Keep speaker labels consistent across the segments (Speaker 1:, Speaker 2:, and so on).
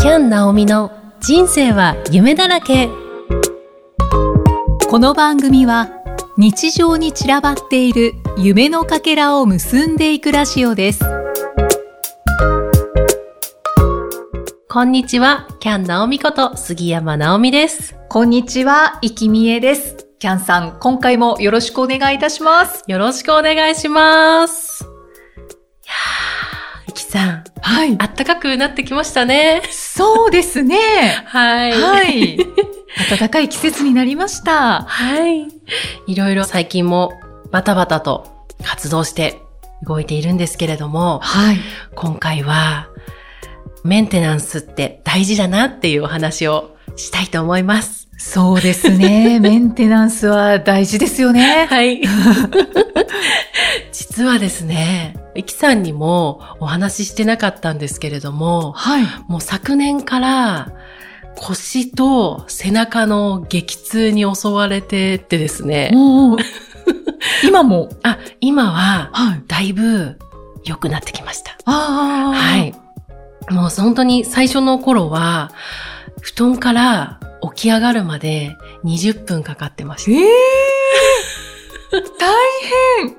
Speaker 1: キャン・ナオミの人生は夢だらけ
Speaker 2: この番組は日常に散らばっている夢のかけらを結んでいくラジオです
Speaker 1: こんにちはキャン・ナオミこと杉山ナオミです
Speaker 2: こんにちは、いきみえですキャンさん、今回もよろしくお願いいたします
Speaker 1: よろしくお願いしますいやーいきさん
Speaker 2: はい
Speaker 1: あったかくなってきましたね
Speaker 2: そうですね
Speaker 1: はい
Speaker 2: はい暖かい季節になりました
Speaker 1: はい。いろいろ最近もバタバタと活動して動いているんですけれども、
Speaker 2: はい
Speaker 1: 今回はメンテナンスって大事だなっていうお話をしたいと思います。
Speaker 2: そうです ねメンテナンスは大事ですよね
Speaker 1: はい。実はですね、いきさんにもお話ししてなかったんですけれども、
Speaker 2: はい
Speaker 1: もう昨年から腰と背中の激痛に襲われてってですね、
Speaker 2: もう今も
Speaker 1: あ、今は
Speaker 2: はい
Speaker 1: だいぶ良くなってきました。
Speaker 2: ああ
Speaker 1: はい。もう本当に最初の頃は、布団から起き上がるまで20分かかってまし
Speaker 2: え
Speaker 1: た。
Speaker 2: え大変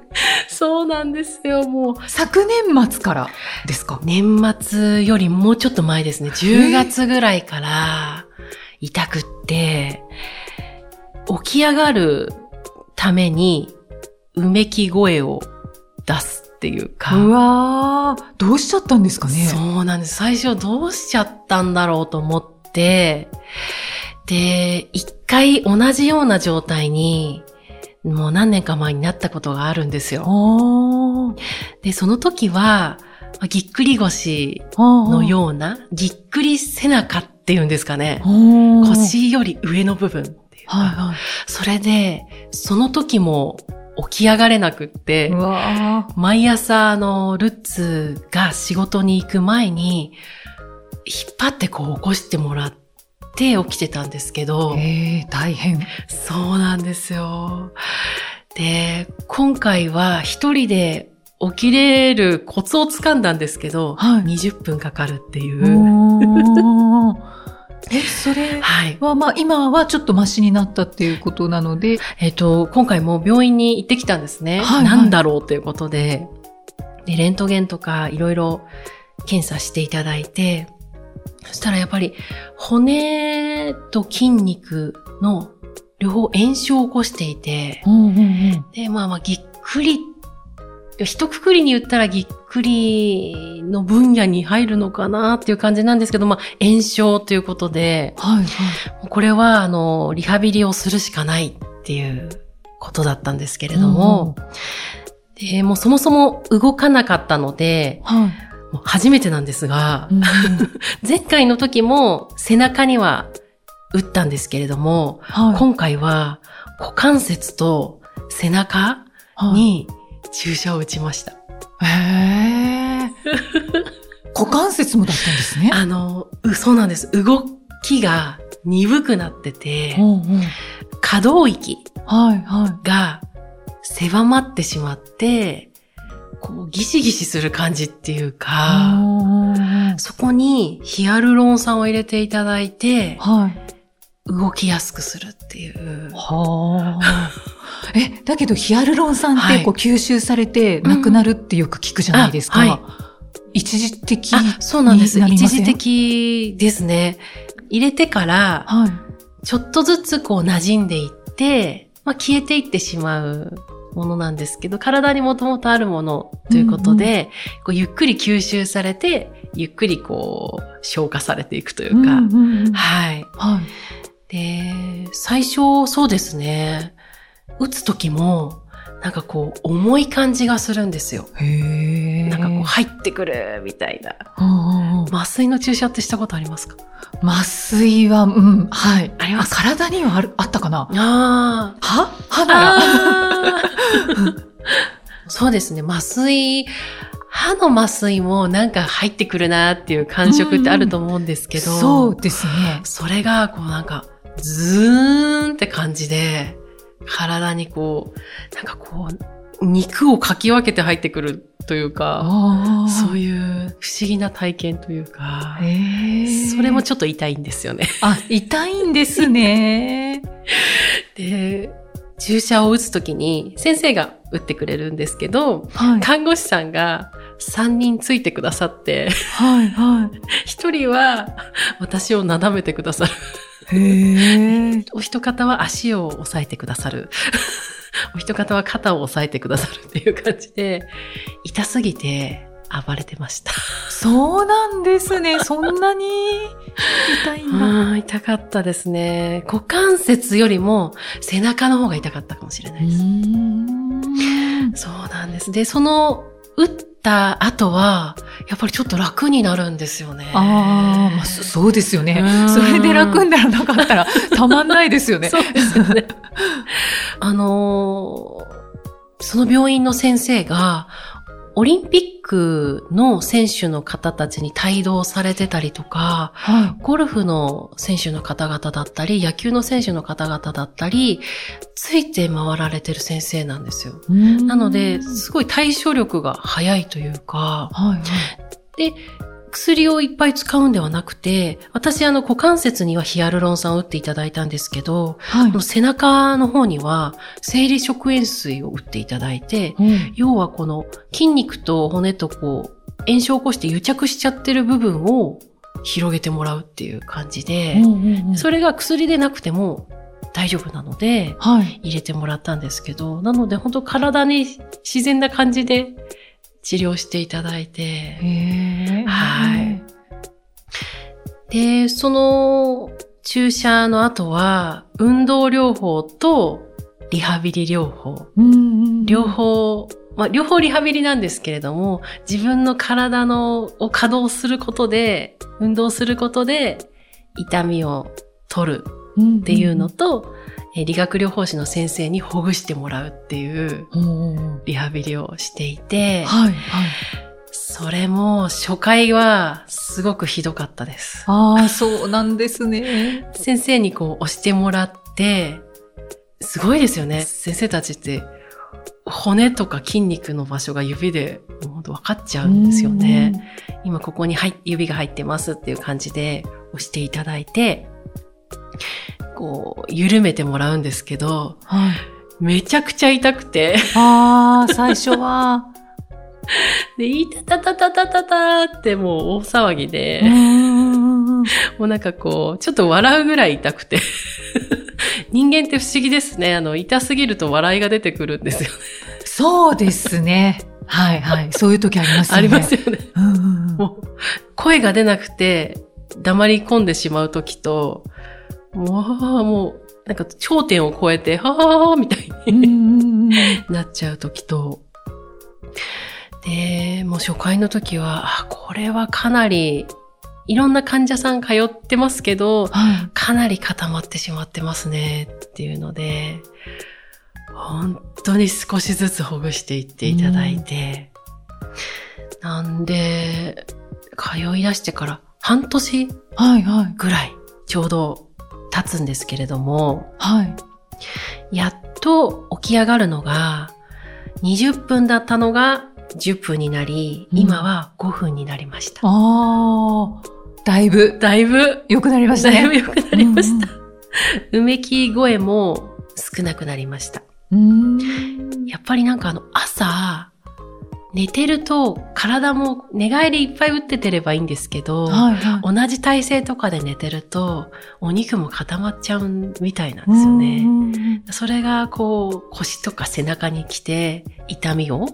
Speaker 1: そうなんですよ、もう。
Speaker 2: 昨年末からですか
Speaker 1: 年末よりもうちょっと前ですね。10月ぐらいから痛くって、起き上がるためにうめき声を出すっていうか。
Speaker 2: うわー、どうしちゃったんですかね
Speaker 1: そうなんです。最初どうしちゃったんだろうと思って、で、一回同じような状態に、もう何年か前になったことがあるんですよ。
Speaker 2: あ
Speaker 1: で、その時は、まあぎっくり腰
Speaker 2: あ、の
Speaker 1: のような、ぎっくり背中っていうんですかね。
Speaker 2: う
Speaker 1: 腰より上の部分っていうか
Speaker 2: はいは
Speaker 1: それで、その時も起き上がれなくって、
Speaker 2: い。わ
Speaker 1: 毎朝、あの、ルッツが仕事に行く前に、引っ張ってこう起こしてもらって起きてたんですけど、
Speaker 2: ええ大変。
Speaker 1: そうなんですよ。で、今回は一人で起きれるコツをつかんだんですけど、
Speaker 2: はい
Speaker 1: 20分かかるっていう。
Speaker 2: おーえ、それ
Speaker 1: はい。
Speaker 2: は、まあ、今はちょっとマシになったっていうことなので、
Speaker 1: えっ、と、今回も病院に行ってきたんですね。
Speaker 2: はいはい
Speaker 1: なんだろうということで。で、レントゲンとかいろいろ検査していただいて、そしたらやっぱり骨と筋肉の両方炎症を起こしていて、で、まあまあぎっくり、一括りに言ったらぎっくりの分野に入るのかなっていう感じなんですけど、まあ炎症ということで、
Speaker 2: はいはい。
Speaker 1: これは、あの、リハビリをするしかないっていうことだったんですけれども、でもうそもそも動かなかったので、
Speaker 2: うんうん、 はい。
Speaker 1: もう初めてなんですが
Speaker 2: う、んうん
Speaker 1: 前回の時も背中には打ったんですけれども、
Speaker 2: はい
Speaker 1: 今回は股関節と背中
Speaker 2: はい
Speaker 1: に注射を打ちました。
Speaker 2: へえ。股関節もだったんですね。
Speaker 1: あの、うそうなんです。動きが鈍くなってて、
Speaker 2: うんうん
Speaker 1: 可動域
Speaker 2: はいは
Speaker 1: が狭まってしまって、こうギシギシする感じっていう
Speaker 2: い。
Speaker 1: か、
Speaker 2: うんうんうん
Speaker 1: そこにヒアルロン酸を入れていただいて、
Speaker 2: はい。
Speaker 1: 動きやすくするっていう。
Speaker 2: はあ。え、だけどヒアルロン酸っ
Speaker 1: は
Speaker 2: て
Speaker 1: い
Speaker 2: こう吸収されてなくなるってよく聞くじゃないですか。
Speaker 1: うんあはい
Speaker 2: 一時的。
Speaker 1: あ、そうなんです。
Speaker 2: になり
Speaker 1: 一
Speaker 2: ませ
Speaker 1: 時
Speaker 2: ん
Speaker 1: 的ですね。入れてから、
Speaker 2: はい。
Speaker 1: ちょっとずつこう馴染んでいって、まあ、消えていってしまうものなんですけど、体にもともとあるものということで、こうゆっくり吸収されて、ゆっくりこう消化されていくというか、
Speaker 2: うんうんうん
Speaker 1: はい。
Speaker 2: はい。
Speaker 1: で、最初、そうですね。打つ時も、なんかこう、重い感じがするんですよ。
Speaker 2: へえ。
Speaker 1: なんかこう、入ってくる、みたいな。
Speaker 2: うんうんうん
Speaker 1: 麻酔の注射ってしたことありますか
Speaker 2: 麻酔は、うん、はい。
Speaker 1: あります
Speaker 2: 体にはあるあったかな
Speaker 1: あ
Speaker 2: 歯歯
Speaker 1: あ。
Speaker 2: なら。
Speaker 1: あー そうですね。麻酔、歯の麻酔もなんか入ってくるなっていう感触ってあると思うんですけど、
Speaker 2: そうですね。
Speaker 1: それが、こうなんか、ズーンって感じで、体にこう、なんかこう、肉をかき分けて入ってくるというか、
Speaker 2: ああ
Speaker 1: そういう不思議な体験というか、
Speaker 2: へえ
Speaker 1: それもちょっと痛いんですよね。
Speaker 2: あ、痛いんですね。
Speaker 1: で、注射を打つときに先生が打ってくれるんですけど、
Speaker 2: はい
Speaker 1: 看護師さんが3人ついてくださって、
Speaker 2: はい、は
Speaker 1: 1人は私をなだめてくださる。
Speaker 2: い。へえ。
Speaker 1: お一方は足を押さえてくださる。 お一方は肩を押さえてくださるっていう感じで、痛すぎて暴れてました。
Speaker 2: そうなんですね。そんなに痛いんだ。
Speaker 1: あー 痛かったですね。股関節よりも背中の方が痛かったかもしれないです。そうなんです。で、その、打った後は、やっぱりちょっと楽になるんですよね。
Speaker 2: ああ、まあ、そそうですよね
Speaker 1: う。ん
Speaker 2: それで楽にならなかったらたまんないですよね。
Speaker 1: そうですよね。あのーその病院の先生が、オリンピックの選手の方たちに帯同されてたりとか、
Speaker 2: は
Speaker 1: ゴルフの選手の方々だったり、野球の選手の方々だったり、ついて回られてる先生なんですよ。
Speaker 2: い。
Speaker 1: な
Speaker 2: な
Speaker 1: ので、すごい対処力が早いというか、
Speaker 2: はい、
Speaker 1: 薬をいっぱい使うんではなくて、私あの股関節にはヒアルロン酸を打っていただいたんですけど、
Speaker 2: はい。
Speaker 1: この背中の方には生理食塩水を打っていただいて、
Speaker 2: うん
Speaker 1: 要はこの筋肉と骨とこう炎症を起こして癒着しちゃってる部分を広げてもらうっていう感じで、
Speaker 2: うんうんうん
Speaker 1: それが薬でなくても大丈夫なので、
Speaker 2: はい。
Speaker 1: 入れてもらったんですけど、なので本当体に自然な感じで治療していただいて、
Speaker 2: へえ。
Speaker 1: はい。で、その注射の後は運動療法とリハビリ療法、
Speaker 2: うんうんうん
Speaker 1: 両。方、まあ、両方リハビリなんですけれども、自分の体のを稼働することで、運動することで痛みを取る
Speaker 2: っ
Speaker 1: っていうの。と、えー理学療法士の先生にほぐしてもらうっていう
Speaker 2: うんうんうん
Speaker 1: リハビリをしていて、
Speaker 2: はい、はい。
Speaker 1: それも初回はすごくひどかったです。
Speaker 2: ああ、そうなんですね。
Speaker 1: 先生にこう押してもらって、すごいですよね。先生たちって、骨とか筋肉の場所が指でほんと分かっちゃうんですよね。今ここに入っ指が入ってますっていう感じで押していただいて、こう、緩めてもらうんですけど、
Speaker 2: うん。はい。
Speaker 1: めちゃくちゃ痛くて、
Speaker 2: ああ、最初は。
Speaker 1: で、いたたたたたたたってもう大騒ぎで、
Speaker 2: うん
Speaker 1: もうなんかこう、ちょっと笑うぐらい痛くて。 人間って不思議ですね。あの、痛すぎると笑いが出てくるんですよね。
Speaker 2: そうですね。はいはい。そういう時ありますよね。
Speaker 1: ありますよね。
Speaker 2: うんうんうん。
Speaker 1: もう、声が出なくて、黙り込んでしまうときと、もう、もう、なんか頂点を超えて、はぁーみたいに
Speaker 2: うんうんうん
Speaker 1: なっちゃうときと、で、もう初回のときは、あこれはかなり、いろんな患者さん通ってますけど、
Speaker 2: はい
Speaker 1: かなり固まってしまってますねっていうので、本当に少しずつほぐしていっていただいて、なんで、通い出してから半年
Speaker 2: はいはい。
Speaker 1: ぐらいちょうど経つんですけれども、
Speaker 2: はい。
Speaker 1: やっと起き上がるのが、20分だったのが10分になり、
Speaker 2: うん
Speaker 1: 今は5分になりました。
Speaker 2: ああ、だいぶ
Speaker 1: だいぶ、
Speaker 2: 良くなりました
Speaker 1: だ
Speaker 2: ね。
Speaker 1: いぶ良くなりました。
Speaker 2: た。
Speaker 1: うめき声も少なくなりました。
Speaker 2: うん。
Speaker 1: やっぱりなんかあの朝、寝てると体も寝返りいっぱい打っててればいいんですけど、
Speaker 2: はいはい。
Speaker 1: 同じ体勢とかで寝てるとお肉も固まっちゃうみたいなんですよ
Speaker 2: う
Speaker 1: ね。
Speaker 2: んうんうん
Speaker 1: それがこう腰とか背中に来て痛みを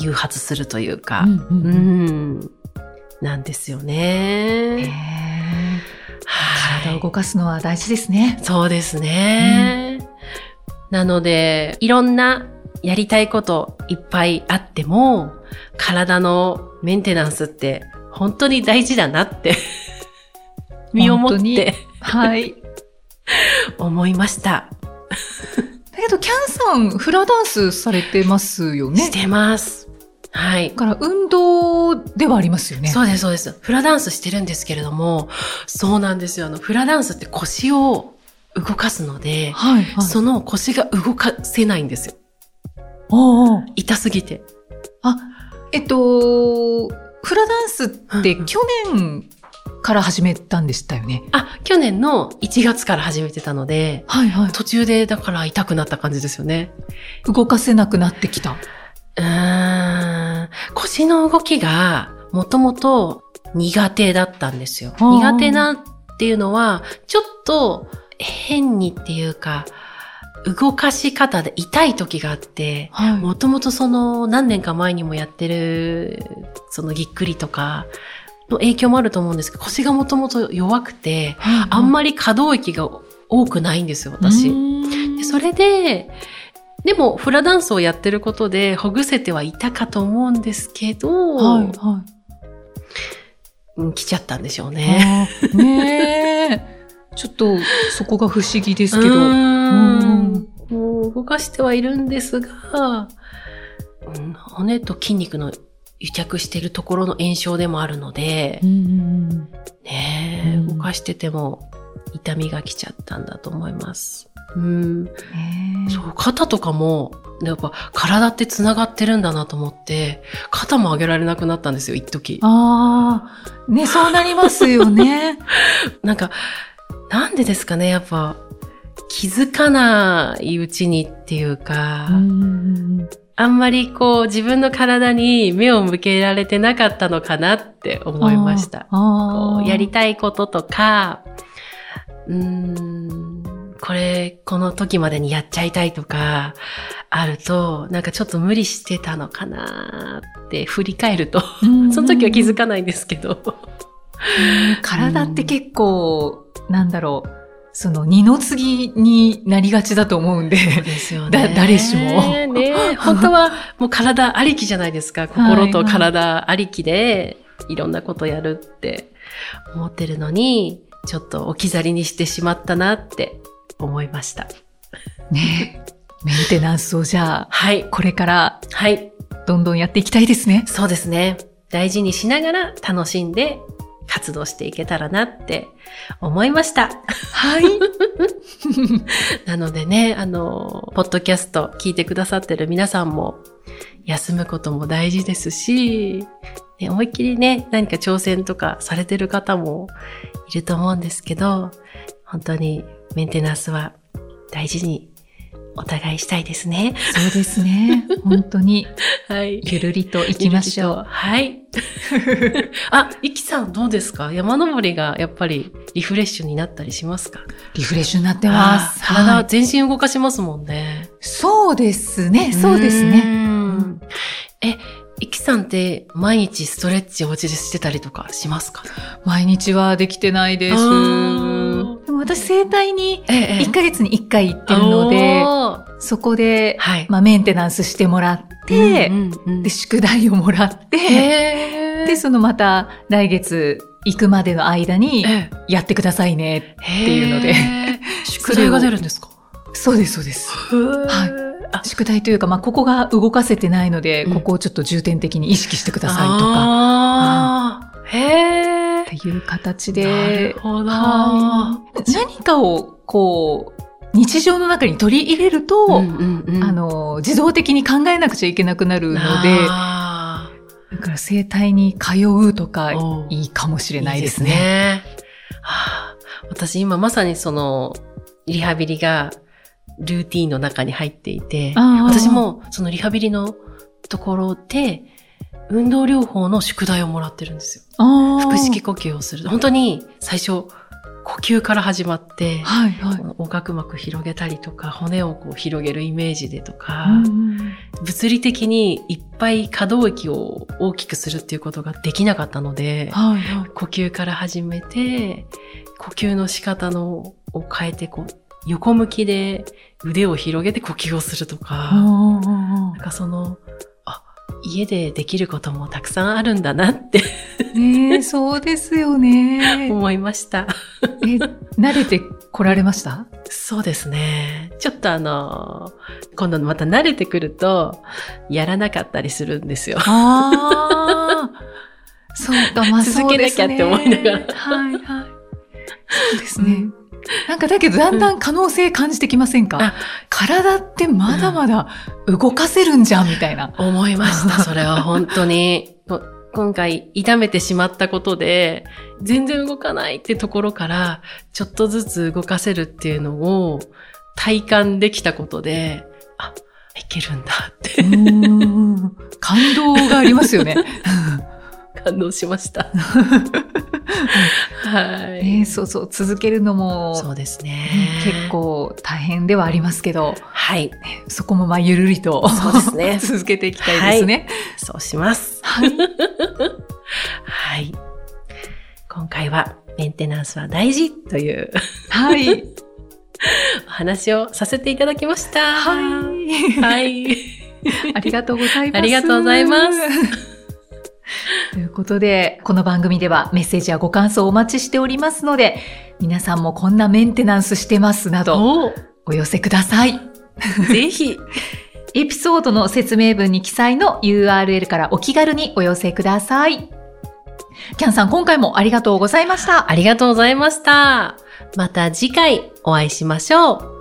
Speaker 1: 誘発するというか、う
Speaker 2: う
Speaker 1: ん
Speaker 2: うんうん
Speaker 1: ん、なんですよね。
Speaker 2: へ
Speaker 1: は
Speaker 2: ー体を動かすのは大事ですね。
Speaker 1: そうですね。なので、いろんなやりたいこといっぱいあっても、体のメンテナンスって本当に大事だな って、身をもっ
Speaker 2: 本当に
Speaker 1: て
Speaker 2: はい。
Speaker 1: 思いました。
Speaker 2: だけど、キャンさん、フラダンスされてますよね
Speaker 1: し。てます。はい
Speaker 2: だ。から、運動ではありますよね。
Speaker 1: そうです、そうです。フラダンスしてるんですけれども、そうなんですよ。あの、フラダンスって腰を動かすので、
Speaker 2: はい、はい。
Speaker 1: その腰が動かせないんですよ。
Speaker 2: おうおう
Speaker 1: 痛すぎて。
Speaker 2: えっと、フラダンスって
Speaker 1: うんうん
Speaker 2: 去年から始めたんでしたよね。
Speaker 1: あ、去年の1月から始めてたので、
Speaker 2: はいはい。
Speaker 1: 途中でだから痛くなった感じですよね。
Speaker 2: 動かせなくなってきた。
Speaker 1: うーん。腰の動きがもともと苦手だったんですよ。
Speaker 2: あー
Speaker 1: 苦手なっていうのは、ちょっと変にっていうか、動かし方で痛い時があって、
Speaker 2: はい
Speaker 1: もともとその何年か前にもやってる、そのぎっくりとかの影響もあると思うんですけど、腰がもともと弱くて、あん
Speaker 2: ま
Speaker 1: まり可動域が多くないんですよ、私。でそれで、でもフラダンスをやってることでほぐせてはいたかと思うんですけど、
Speaker 2: はいは
Speaker 1: うん来ちゃったんでしょう
Speaker 2: い。
Speaker 1: ね。
Speaker 2: あーねえ。ちょっとそこが不思議ですけど。
Speaker 1: うー
Speaker 2: は
Speaker 1: んもう動かしてはいるんですが、うん骨と筋肉の癒着してるところの炎症でもあるので、ねえ
Speaker 2: うん
Speaker 1: 動かしてても痛みが来ちゃったんだと思います。うん、そう、肩とかも、やっぱ体って繋がってるんだなと思って、肩も上げられなくなったんですよ、一時。
Speaker 2: ああ、ね、そうなりますよね。
Speaker 1: なんか、なんでですかね、やっぱ、気づかないうちにっていうか、
Speaker 2: うん
Speaker 1: あんまりこう自分の体に目を向けられてなかったのかなって思いました。。
Speaker 2: あ
Speaker 1: こ
Speaker 2: ーあ
Speaker 1: う
Speaker 2: ー。
Speaker 1: やりたいこととか、うーん、これ、この時までにやっちゃいたいとか、あると、なんかちょっと無理してたのかなって振り返ると、
Speaker 2: うん
Speaker 1: その時は気づかないんですけど。
Speaker 2: 体って結構、なんだろう、その二の次になりがちだと 思うんで。
Speaker 1: ですよ
Speaker 2: だ誰しも
Speaker 1: ねえ 本当はもう体ありきじゃないですか。心と体ありきでいろんなことやるって思ってるのに、ちょっと置き去りにしてしまったなって思いました。
Speaker 2: ねメンテナンスをじゃあ、
Speaker 1: はい。
Speaker 2: これから
Speaker 1: はい。
Speaker 2: どんどんやっていきたいですね。
Speaker 1: そうですね。大事にしながら楽しんで活動していけたらなって思いました。
Speaker 2: はい。
Speaker 1: なのでね、あの、ポッドキャスト聞いてくださってる皆さんも、休むことも大事ですし、ね、思いっきりね、何か挑戦とかされてる方もいると思うんですけど、本当にメンテナンスは大事にお互いしたいですね。
Speaker 2: そうですね。本当に、
Speaker 1: はい。
Speaker 2: ゆるりと行きましょう。
Speaker 1: はい。 あ、いきさんどうですか山登りがやっぱりリフレッシュになったりしますか
Speaker 2: リフレッシュになってます。
Speaker 1: あ体、
Speaker 2: はい
Speaker 1: 全身動かしますもんね。
Speaker 2: そうですね。そうです
Speaker 1: うー
Speaker 2: ね。
Speaker 1: ん。え、いきさんって毎日ストレッチお家でしてたりとかしますか
Speaker 2: 毎日はできてないです。
Speaker 1: あ
Speaker 2: で
Speaker 1: ー
Speaker 2: も私、整体に
Speaker 1: ええ
Speaker 2: 1ヶ月に1回行ってるので、そこで、
Speaker 1: はい。
Speaker 2: まあ、メンテナンスしてもらって、
Speaker 1: うんうんうん
Speaker 2: で、宿題をもらって、
Speaker 1: へー
Speaker 2: で、そのまた来月行くまでの間に
Speaker 1: え、え
Speaker 2: やってくださいね。
Speaker 1: って
Speaker 2: いうので。
Speaker 1: 宿題が出るんですか
Speaker 2: そうです、そうです。
Speaker 1: はい
Speaker 2: 宿題というか、まあ、ここが動かせてないので、
Speaker 1: うん
Speaker 2: ここをちょっと重点的に意識してくださいとか、
Speaker 1: あーへえ。
Speaker 2: っていう形
Speaker 1: な
Speaker 2: で
Speaker 1: る、ほど。
Speaker 2: はい何かを、こう、日常の中に取り入れると、
Speaker 1: うんうんうん
Speaker 2: あの、自動的に考えなくちゃいけなくなるので、
Speaker 1: あ
Speaker 2: だから生体に通うとか
Speaker 1: ー、おう
Speaker 2: いいかもしれないです
Speaker 1: いい
Speaker 2: ね。
Speaker 1: ですねはあ私今まさにそのリハビリがルーティンの中に入っていて、
Speaker 2: あー
Speaker 1: 私もそのリハビリのところで運動療法の宿題をもらってるんですよ。
Speaker 2: あー
Speaker 1: 腹式呼吸をする。本当に最初呼吸から始まって、
Speaker 2: はいはい
Speaker 1: こ。の横隔膜広げたりとか、骨をこう広げるイメージでとか、
Speaker 2: うん
Speaker 1: 物理的にいっぱい可動域を大きくするっていうことができなかったので、
Speaker 2: はいはい。
Speaker 1: 呼吸から始めて、呼吸の仕方のを変えて、こう、横向きで腕を広げて呼吸をするとか、なんかその、あ、家でできることもたくさんあるんだなって
Speaker 2: ねえ、そうです よね。
Speaker 1: 思いました。
Speaker 2: え慣れてこられました
Speaker 1: そうですね。ちょっとあの、今度また慣れてくると、やらなかったりするんですよ。
Speaker 2: ああ。そうか、まあ
Speaker 1: 続けなきゃって思いながら
Speaker 2: そうですねはいはい。そうですね。なんかだけどだんだん可能性感じてきませんか、
Speaker 1: あ
Speaker 2: 体ってまだまだ動かせるんじゃんみたいな。
Speaker 1: 思いました、それは本当に。こ今回、痛めてしまったことで、全然動かないってところから、ちょっとずつ動かせるっていうのを体感できたことで、あ、いけるんだって
Speaker 2: 感動がありま すよね。
Speaker 1: 感動しました。はい。
Speaker 2: ねそうそう、続けるのも、
Speaker 1: そうですね。
Speaker 2: 結。構大変ではありますけど、
Speaker 1: はい。
Speaker 2: そこもまあゆるりと
Speaker 1: そうですね
Speaker 2: 続けていきたいですね。
Speaker 1: そうします。
Speaker 2: はい。
Speaker 1: はい。今回は、メンテナンスは大事という
Speaker 2: はい。
Speaker 1: お話をさせていただきました。
Speaker 2: はい。
Speaker 1: はい。
Speaker 2: ありがとうございます。。
Speaker 1: ありがとうございます
Speaker 2: ということで、この番組ではメッセージやご感想をお待ちしておりますので、皆さんもこんなメンテナンスしてますなど、
Speaker 1: お
Speaker 2: お寄せください。
Speaker 1: ぜひ。
Speaker 2: エピソードの説明文に記載の URL からお気軽にお寄せください。キャンさん、今回もありがとうございました。
Speaker 1: ありがとうございました。また次回お会いしましょう。